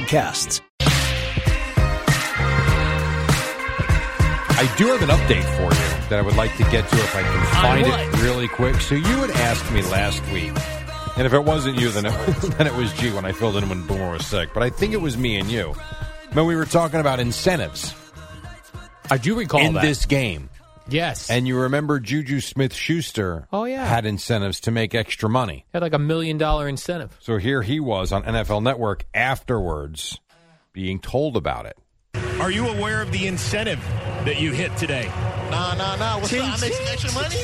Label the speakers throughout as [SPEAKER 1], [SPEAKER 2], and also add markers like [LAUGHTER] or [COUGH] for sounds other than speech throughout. [SPEAKER 1] I do have an update for you that I would like to get to if I can find it really quick. So you had asked me last week, and if it wasn't you, then it, then it was [LAUGHS] G when I filled in when Boomer was sick. But I think it was me and you when we were talking about incentives
[SPEAKER 2] I do recall
[SPEAKER 1] in
[SPEAKER 2] that.
[SPEAKER 1] this game.
[SPEAKER 2] yes, and
[SPEAKER 1] And you remember Juju Smith Schuster
[SPEAKER 2] Oh, yeah.
[SPEAKER 1] had incentives to make extra money.
[SPEAKER 2] had like a million dollar incentive.
[SPEAKER 1] So here he was on NFL Network afterwards being told about it.
[SPEAKER 3] Are you aware of the incentive that you hit today?
[SPEAKER 4] Nah, nah, nah. What's up? I make some extra money.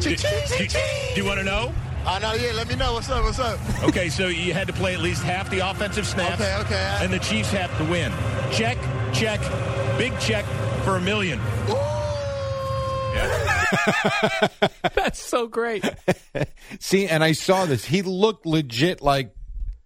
[SPEAKER 3] Do,
[SPEAKER 4] Ching, ching,
[SPEAKER 3] do-
[SPEAKER 4] ching,
[SPEAKER 3] do you
[SPEAKER 4] ching.
[SPEAKER 3] want to know?
[SPEAKER 4] Oh, no, yeah, let me know. What's up? What's up?
[SPEAKER 3] Okay, so you had to play at least half the offensive snaps.
[SPEAKER 4] Okay, okay.
[SPEAKER 3] And the Chiefs have to win. Check, check, big check for a million.
[SPEAKER 2] [LAUGHS] That's so great.
[SPEAKER 1] See, and I saw this. He looked legit like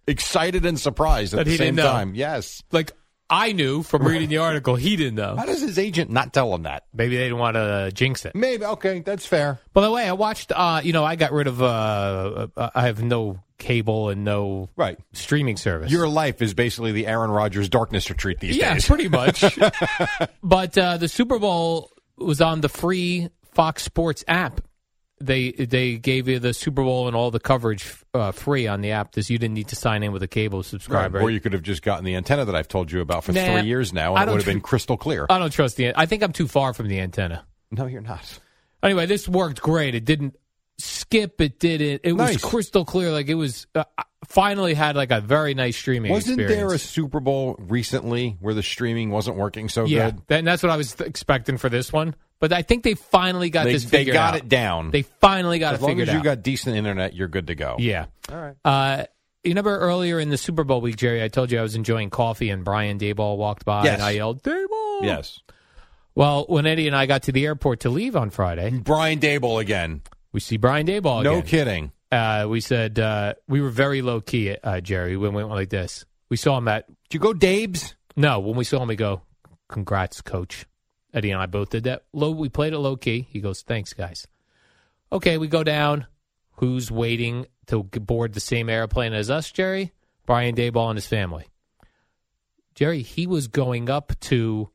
[SPEAKER 1] excited and surprised at
[SPEAKER 2] That
[SPEAKER 1] the
[SPEAKER 2] he
[SPEAKER 1] same
[SPEAKER 2] didn't know.
[SPEAKER 1] time. Yes.
[SPEAKER 2] like I knew from reading the article, he didn't know.
[SPEAKER 1] How does his agent not tell him that?
[SPEAKER 2] Maybe they didn't want to jinx it.
[SPEAKER 1] Maybe okay, that's fair.
[SPEAKER 2] By the way, I watched. Uh, you know, I got rid of. Uh, uh, I have no cable and no
[SPEAKER 1] Right.
[SPEAKER 2] streaming service.
[SPEAKER 1] Your life is basically the Aaron Rodgers darkness retreat these
[SPEAKER 2] [LAUGHS] yeah,
[SPEAKER 1] days.
[SPEAKER 2] pretty much. [LAUGHS] but uh, the Super Bowl was on the free Fox Sports app. They they gave you the Super Bowl and all the coverage uh, free on the app. This you didn't need to sign in with a cable
[SPEAKER 1] Right.
[SPEAKER 2] subscriber.
[SPEAKER 1] Or you could have just gotten the antenna that I've told you about for
[SPEAKER 2] Nah,
[SPEAKER 1] three years now,
[SPEAKER 2] I
[SPEAKER 1] and it
[SPEAKER 2] don't
[SPEAKER 1] would have been
[SPEAKER 2] think-
[SPEAKER 1] crystal clear.
[SPEAKER 2] I don't trust the. I think I'm too far from the antenna.
[SPEAKER 1] no, you're not.
[SPEAKER 2] Anyway, this worked great. It didn't skip. It did it. It
[SPEAKER 1] Nice.
[SPEAKER 2] was crystal clear. Like it was uh, I finally had like a very nice streaming.
[SPEAKER 1] Wasn't there a
[SPEAKER 2] experience.
[SPEAKER 1] Super Bowl recently where the streaming wasn't working so
[SPEAKER 2] yeah?
[SPEAKER 1] good?
[SPEAKER 2] Then that's what I was th- expecting for this one. But I think they finally got
[SPEAKER 1] They,
[SPEAKER 2] this.
[SPEAKER 1] they
[SPEAKER 2] figured
[SPEAKER 1] got
[SPEAKER 2] out.
[SPEAKER 1] it down.
[SPEAKER 2] They finally got
[SPEAKER 1] as
[SPEAKER 2] it
[SPEAKER 1] long
[SPEAKER 2] figured
[SPEAKER 1] as you
[SPEAKER 2] out.
[SPEAKER 1] got decent internet, you're good to go.
[SPEAKER 2] yeah. All right. Uh, you remember earlier in the Super Bowl week, Jerry? I told you I was enjoying coffee, and Brian Dayball walked by,
[SPEAKER 1] Yes.
[SPEAKER 2] and I yelled, "Dayball!"
[SPEAKER 1] Yes.
[SPEAKER 2] Well, when Eddie and I got to the airport to leave on Friday,
[SPEAKER 1] Brian Dable again.
[SPEAKER 2] we see Brian Dayball.
[SPEAKER 1] No
[SPEAKER 2] again.
[SPEAKER 1] kidding.
[SPEAKER 2] uh, we said uh, we were very low key, uh, Jerry. When we went like this, we saw him at
[SPEAKER 1] Did you go Dabes?
[SPEAKER 2] no. When we saw him, we go, "Congrats, coach." Eddie and I both did that. Low, we played it low key. He goes, "Thanks, guys." Okay, we go down. Who's waiting to g- board the same airplane as us, Jerry? Brian Dayball and his family. Jerry, he was going up to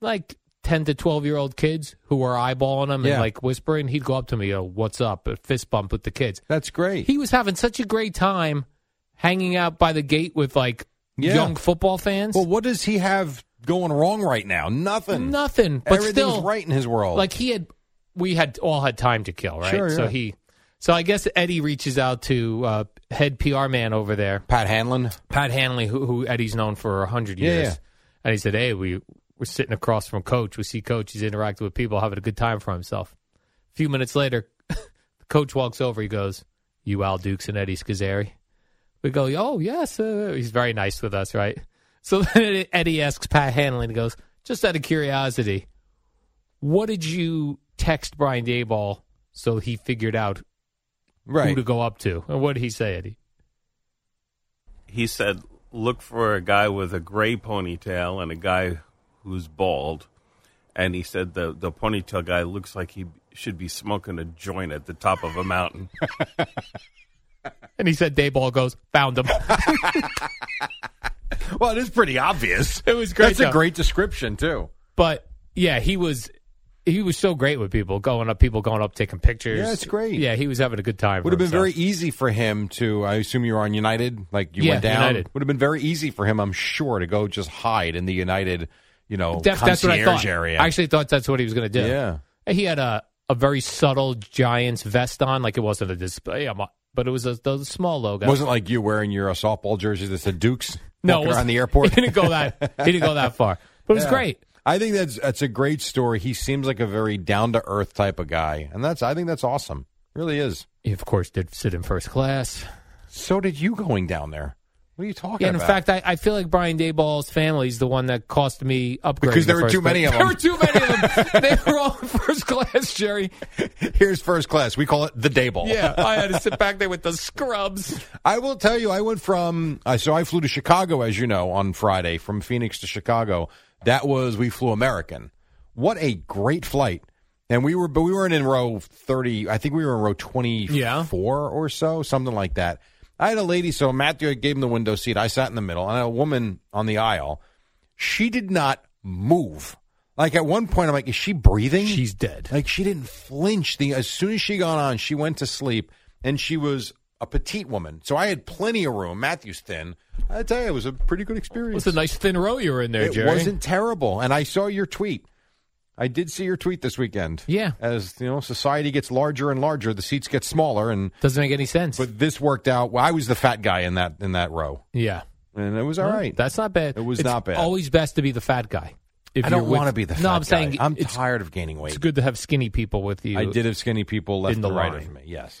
[SPEAKER 2] like ten to twelve year old kids who were eyeballing him
[SPEAKER 1] Yeah.
[SPEAKER 2] and like whispering. He'd go up to me, "Yo, what's up?" A fist bump with the kids
[SPEAKER 1] That's great.
[SPEAKER 2] he was having such a great time hanging out by the gate with like
[SPEAKER 1] Yeah.
[SPEAKER 2] young football fans.
[SPEAKER 1] well, what does he have going wrong right now? Nothing.
[SPEAKER 2] Nothing, but
[SPEAKER 1] Everything's
[SPEAKER 2] still,
[SPEAKER 1] right in his world.
[SPEAKER 2] like he had, we had all had time to kill, right?
[SPEAKER 1] Sure,
[SPEAKER 2] so
[SPEAKER 1] yeah.
[SPEAKER 2] he, so I guess Eddie reaches out to uh, head PR man over there,
[SPEAKER 1] Pat Hanlon.
[SPEAKER 2] Pat Hanley, who, who Eddie's known for a hundred
[SPEAKER 1] Yeah,
[SPEAKER 2] years,
[SPEAKER 1] yeah.
[SPEAKER 2] and he said, "Hey, we we're sitting across from Coach. We see Coach. He's interacting with people, having a good time for himself." A few minutes later, [LAUGHS] Coach walks over. He goes, "You Al Dukes and Eddie Scazzeri." We go, "Oh yes, uh, he's very nice with us, right?" So [LAUGHS] then Eddie asks Pat Hanley, and he goes, "Just out of curiosity, what did you text Brian Dayball so he figured out who
[SPEAKER 1] Right.
[SPEAKER 2] to go up to?" And what did he say, Eddie?
[SPEAKER 5] he said, look for a guy with a gray ponytail and a guy who's bald. And he said the, the ponytail guy looks like he should be smoking a joint at the top of a mountain.
[SPEAKER 2] And he said, "Dayball goes, found him." [LAUGHS]
[SPEAKER 1] Well, [LAUGHS] it is pretty obvious.
[SPEAKER 2] It was great,
[SPEAKER 1] That's a
[SPEAKER 2] though.
[SPEAKER 1] great description too.
[SPEAKER 2] But yeah, he was he was so great with people going up, people going up taking pictures.
[SPEAKER 1] Yeah, it's great.
[SPEAKER 2] Yeah, he was having a good time.
[SPEAKER 1] Would have been very easy for him to. I assume you were on United. Like you
[SPEAKER 2] Yeah,
[SPEAKER 1] went down.
[SPEAKER 2] United.
[SPEAKER 1] Would have been very easy for him. I'm sure to go just hide in the United. You know,
[SPEAKER 2] Def,
[SPEAKER 1] concierge
[SPEAKER 2] that's what I thought.
[SPEAKER 1] area.
[SPEAKER 2] I actually thought that's what he was going to do.
[SPEAKER 1] yeah.
[SPEAKER 2] he had a a very subtle Giants vest on, like it wasn't a display, I'm a- but it was a, the small logo.
[SPEAKER 1] Wasn't like you wearing your uh, softball jersey that said Dukes
[SPEAKER 2] no, it
[SPEAKER 1] walking
[SPEAKER 2] wasn't-
[SPEAKER 1] around
[SPEAKER 2] [LAUGHS]
[SPEAKER 1] the airport.
[SPEAKER 2] He didn't go that. He didn't go that far. But it
[SPEAKER 1] [LAUGHS]
[SPEAKER 2] was
[SPEAKER 1] Yeah.
[SPEAKER 2] great.
[SPEAKER 1] [LAUGHS] I think that's that's a great story. He seems like a very down to earth type of guy, and that's I think that's awesome. Really is.
[SPEAKER 2] He of course did sit in first class.
[SPEAKER 1] So did you going down there? What are you talking
[SPEAKER 2] Yeah, and
[SPEAKER 1] about?
[SPEAKER 2] in fact, I, I feel like Brian Dayball's family is the one that cost me upgrading.
[SPEAKER 1] Because there
[SPEAKER 2] to
[SPEAKER 1] were
[SPEAKER 2] first
[SPEAKER 1] too many of
[SPEAKER 2] class.
[SPEAKER 1] them.
[SPEAKER 2] [LAUGHS] There were too many of them. they were all in first class, Jerry.
[SPEAKER 1] here's first class. We call it the day ball.
[SPEAKER 2] Yeah, I had to sit back there with the scrubs.
[SPEAKER 1] I will tell you, I went from I so I flew to Chicago, as you know, on Friday from Phoenix to Chicago. That was we flew American. What a great flight! And we were, but we weren't in row thirty. I think we were in row twenty-four
[SPEAKER 2] Yeah.
[SPEAKER 1] or so, something like that. I had a lady, so Matthew gave him the window seat. I sat in the middle, and I had a woman on the aisle. She did not move. Like at one point, I'm like, is she breathing?
[SPEAKER 2] She's dead.
[SPEAKER 1] Like she didn't flinch. The as soon as she got on, she went to sleep, and she was a petite woman. So I had plenty of room. Matthew's thin. I tell you, it was a pretty good experience.
[SPEAKER 2] It's a nice thin row you were in there,
[SPEAKER 1] it
[SPEAKER 2] Jerry.
[SPEAKER 1] wasn't terrible. And I saw your tweet. I did see your tweet this weekend.
[SPEAKER 2] Yeah.
[SPEAKER 1] As you know, society gets larger and larger, the seats get smaller, and
[SPEAKER 2] Doesn't make any sense.
[SPEAKER 1] but this worked out. Well, I was the fat guy in that in that row,
[SPEAKER 2] yeah.
[SPEAKER 1] and it was all right.
[SPEAKER 2] That's not bad.
[SPEAKER 1] It was
[SPEAKER 2] It's
[SPEAKER 1] not bad.
[SPEAKER 2] Always best to be the fat guy. If
[SPEAKER 1] I don't
[SPEAKER 2] you're with-
[SPEAKER 1] want to be the.
[SPEAKER 2] No,
[SPEAKER 1] fat
[SPEAKER 2] I'm
[SPEAKER 1] guy.
[SPEAKER 2] saying
[SPEAKER 1] I'm
[SPEAKER 2] it's,
[SPEAKER 1] tired of gaining
[SPEAKER 2] it's
[SPEAKER 1] weight.
[SPEAKER 2] good to have skinny people with you.
[SPEAKER 1] I did have skinny people left
[SPEAKER 2] In the
[SPEAKER 1] and right
[SPEAKER 2] line.
[SPEAKER 1] of me. Yes.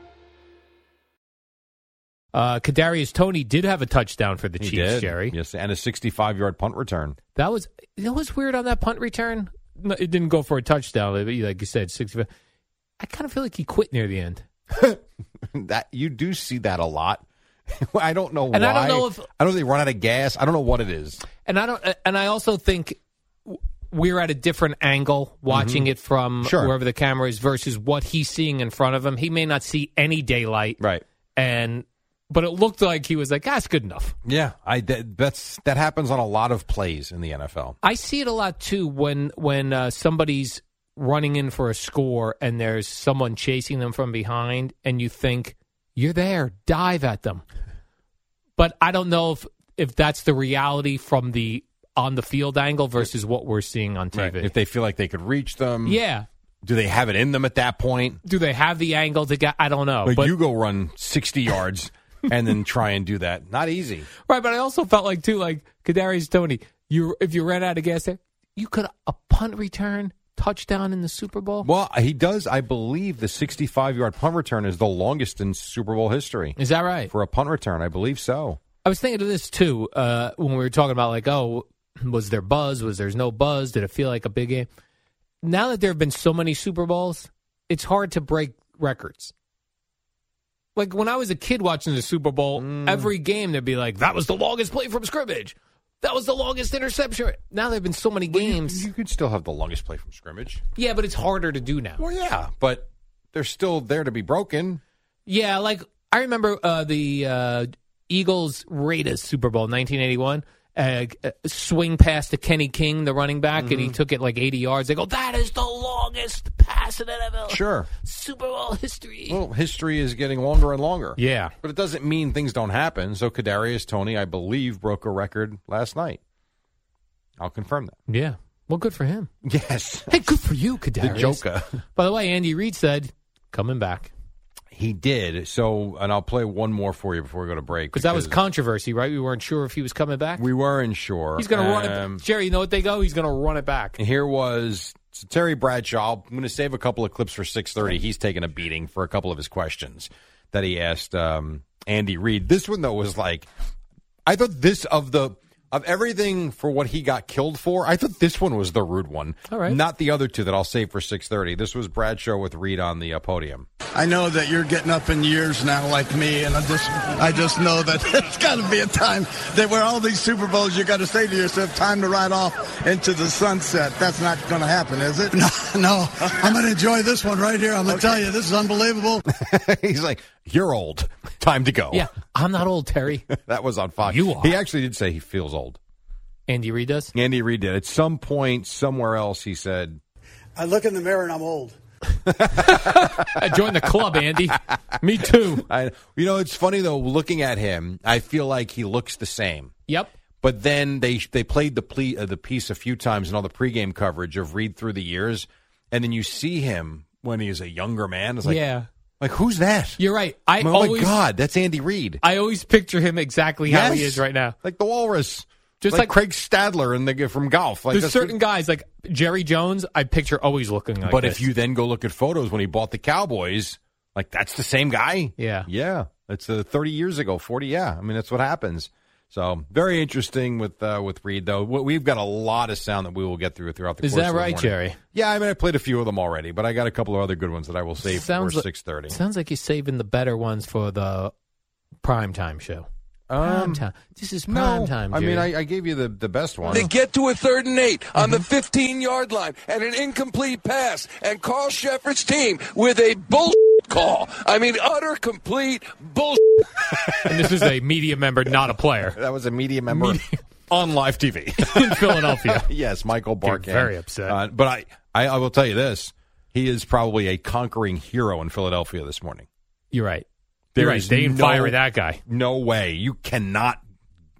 [SPEAKER 2] Uh, Kadarius Tony did have a touchdown for the
[SPEAKER 1] He
[SPEAKER 2] Chiefs,
[SPEAKER 1] did.
[SPEAKER 2] Jerry.
[SPEAKER 1] Yes, and a 65 yard punt return. [LAUGHS]
[SPEAKER 2] That was you know what's weird on that punt return? No, it didn't go for a touchdown. Like you said, sixty-five. I kind of feel like he quit near the end.
[SPEAKER 1] That you do see that a lot. [LAUGHS] I don't know
[SPEAKER 2] And
[SPEAKER 1] why.
[SPEAKER 2] I don't know if-
[SPEAKER 1] I don't know if they run out of gas. I don't know what it is.
[SPEAKER 2] And I don't. And I also think w- we're at a different angle watching it from
[SPEAKER 1] Mm-hmm. Sure.
[SPEAKER 2] wherever the camera is versus what he's seeing in front of him. He may not see any daylight,
[SPEAKER 1] Right.
[SPEAKER 2] and but it looked like he was like, "That's good enough."
[SPEAKER 1] Yeah. I that, that's that happens on a lot of plays in the NFL.
[SPEAKER 2] I see it a lot too when when uh, somebody's running in for a score and there's someone chasing them from behind, and you think you're there, dive at them. But I don't know if if that's the reality from the on the field angle versus what we're seeing on TV.
[SPEAKER 1] If they feel like they could reach them,
[SPEAKER 2] yeah,
[SPEAKER 1] Do they have it in them at that point?
[SPEAKER 2] do they have the angle to get? I don't know.
[SPEAKER 1] Like
[SPEAKER 2] Oh, but
[SPEAKER 1] you go run 60 yards and then try and do that. Not easy.
[SPEAKER 2] right, but I also felt like too, like Kadarius Tony. You if you ran out of gas there, you could a punt return touchdown in the Super Bowl.
[SPEAKER 1] Well, he does. I believe the 65 yard punt return is the longest in Super Bowl history
[SPEAKER 2] Is that right?
[SPEAKER 1] for a punt return. I believe so.
[SPEAKER 2] I was thinking of this too uh, when we were talking about like, oh, was there buzz? Was there's no buzz? Did it feel like a big game? Now that there have been so many Super Bowls, it's hard to break records. Like when I was a kid watching the Super Bowl,
[SPEAKER 1] Mm.
[SPEAKER 2] every game they'd be like, that was the longest play from scrimmage. That was the longest interception. Now there have been so many games.
[SPEAKER 1] You could still have the longest play from scrimmage.
[SPEAKER 2] yeah, but it's harder to do now.
[SPEAKER 1] Well, yeah, but they're still there to be broken.
[SPEAKER 2] Yeah, like I remember uh, the uh, Eagles Raiders Super Bowl 1981. Uh, uh, swing pass to Kenny King, the running back, and he took it like 80 yards. They go, that is the longest pass in NFL
[SPEAKER 1] Sure.
[SPEAKER 2] Super Bowl history.
[SPEAKER 1] Well, history is getting longer and longer.
[SPEAKER 2] yeah.
[SPEAKER 1] But it doesn't mean things don't happen. So Kadarius Tony, I believe, broke a record last night. I'll confirm that.
[SPEAKER 2] Yeah. Well, good for him. [LAUGHS]
[SPEAKER 1] Yes.
[SPEAKER 2] Hey, good for you,
[SPEAKER 1] The
[SPEAKER 2] Kadarius.
[SPEAKER 1] Joker.
[SPEAKER 2] [LAUGHS] By the way, Andy Reid said, coming back.
[SPEAKER 1] He did. So, and I'll play one more for you before we go to break.
[SPEAKER 2] Because that was controversy, right? We weren't sure if he was coming back.
[SPEAKER 1] We weren't sure.
[SPEAKER 2] He's going to run
[SPEAKER 1] Um,
[SPEAKER 2] it. Jerry, you know what they go? He's going to run it back.
[SPEAKER 1] Here was so Terry Bradshaw. I'm going to save a couple of clips for 6:30. He's taken a beating for a couple of his questions that he asked um, Andy Reid. This one though was like, I thought this of the of everything for what he got killed for. I thought this one was the rude one.
[SPEAKER 2] All right.
[SPEAKER 1] not the other two that I'll save for 6:30. This was Bradshaw with Reid on the uh, podium. [LAUGHS]
[SPEAKER 3] I know that you're getting up in years now, like me, and I just, I just know that [LAUGHS] it's got to be a time that where all these Super Bowls, you got to say to yourself, time to ride off into the sunset. That's not going to happen, is [LAUGHS] it? No, no. I'm going to enjoy this one right here. I'm going to tell you, this is [LAUGHS] unbelievable.
[SPEAKER 1] He's like, "You're old. [LAUGHS] Time to go."
[SPEAKER 2] Yeah. I'm not old, Terry. [LAUGHS]
[SPEAKER 1] that was on Fox.
[SPEAKER 2] You are.
[SPEAKER 1] He actually did say he feels old.
[SPEAKER 2] Andy Reid does.
[SPEAKER 1] Andy Reid did. At some point, somewhere else, he said,
[SPEAKER 3] I look in the mirror and I'm old.
[SPEAKER 2] I joined the club, Andy. Me too.
[SPEAKER 1] I, you know, it's funny though. Looking at him, I feel like he looks the same.
[SPEAKER 2] Yep.
[SPEAKER 1] But then they they played the ple- uh, the piece a few times in all the pregame coverage of read through the years, and then you see him when he is a younger man. It's like,
[SPEAKER 2] yeah.
[SPEAKER 1] like who's that?
[SPEAKER 2] You're right. I
[SPEAKER 1] oh
[SPEAKER 2] always
[SPEAKER 1] my God, that's Andy Reid.
[SPEAKER 2] I always picture him exactly how he
[SPEAKER 1] Yes.
[SPEAKER 2] is right now.
[SPEAKER 1] like the Walrus,
[SPEAKER 2] Just like-
[SPEAKER 1] Craig Stadler and the guy from golf. Like
[SPEAKER 2] There's
[SPEAKER 1] that's
[SPEAKER 2] certain
[SPEAKER 1] what-
[SPEAKER 2] guys like Jerry Jones. I picture always looking like.
[SPEAKER 1] but
[SPEAKER 2] this.
[SPEAKER 1] if you then go look at photos when he bought the Cowboys, like that's the same guy.
[SPEAKER 2] yeah,
[SPEAKER 1] Yeah, it's uh, 30 years ago, 40. Yeah, I mean that's what happens. So very interesting with uh, with Reed though. We- We've got a lot of sound that we will get through throughout the.
[SPEAKER 2] is
[SPEAKER 1] course
[SPEAKER 2] that
[SPEAKER 1] of the
[SPEAKER 2] right,
[SPEAKER 1] morning.
[SPEAKER 2] Jerry?
[SPEAKER 1] Yeah, I mean I played a few of them already, but I got a couple of other good ones that I will save
[SPEAKER 2] Sounds
[SPEAKER 1] for
[SPEAKER 2] li-
[SPEAKER 1] 6:30.
[SPEAKER 2] Sounds like you're saving the better ones for the prime time show. Prime
[SPEAKER 1] Um,
[SPEAKER 2] time. This is prime
[SPEAKER 1] no,
[SPEAKER 2] time.
[SPEAKER 1] I mean
[SPEAKER 2] Jerry.
[SPEAKER 1] I, I gave you the the best one.
[SPEAKER 6] They get to a third and 8 on the 15 yard line and an incomplete pass, and Carl Shepard's team with a bull call. I mean, utter complete bull.
[SPEAKER 2] and this is a media member, not
[SPEAKER 1] [LAUGHS]
[SPEAKER 2] a player,
[SPEAKER 1] That was a media member [LAUGHS] on live TV.
[SPEAKER 2] in Philadelphia.
[SPEAKER 1] [LAUGHS] yes, Michael Barkan.
[SPEAKER 2] very upset.
[SPEAKER 1] Uh, but I, I I will tell you this: he is probably a conquering hero in Philadelphia this morning.
[SPEAKER 2] You're right.
[SPEAKER 1] There
[SPEAKER 2] You're right.
[SPEAKER 1] is
[SPEAKER 2] They didn't
[SPEAKER 1] no-
[SPEAKER 2] fire that guy.
[SPEAKER 1] No way. You cannot.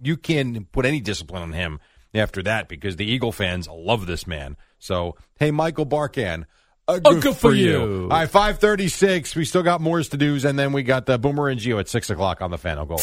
[SPEAKER 1] You can put any discipline on him after that because the Eagle fans love this man. So hey, Michael Barkan. A good,
[SPEAKER 2] good for
[SPEAKER 1] All
[SPEAKER 2] you.
[SPEAKER 1] right, five thirty-six. We still got more to do's, and then we got the Boomer and Geo at six o'clock on the fan. I'll go.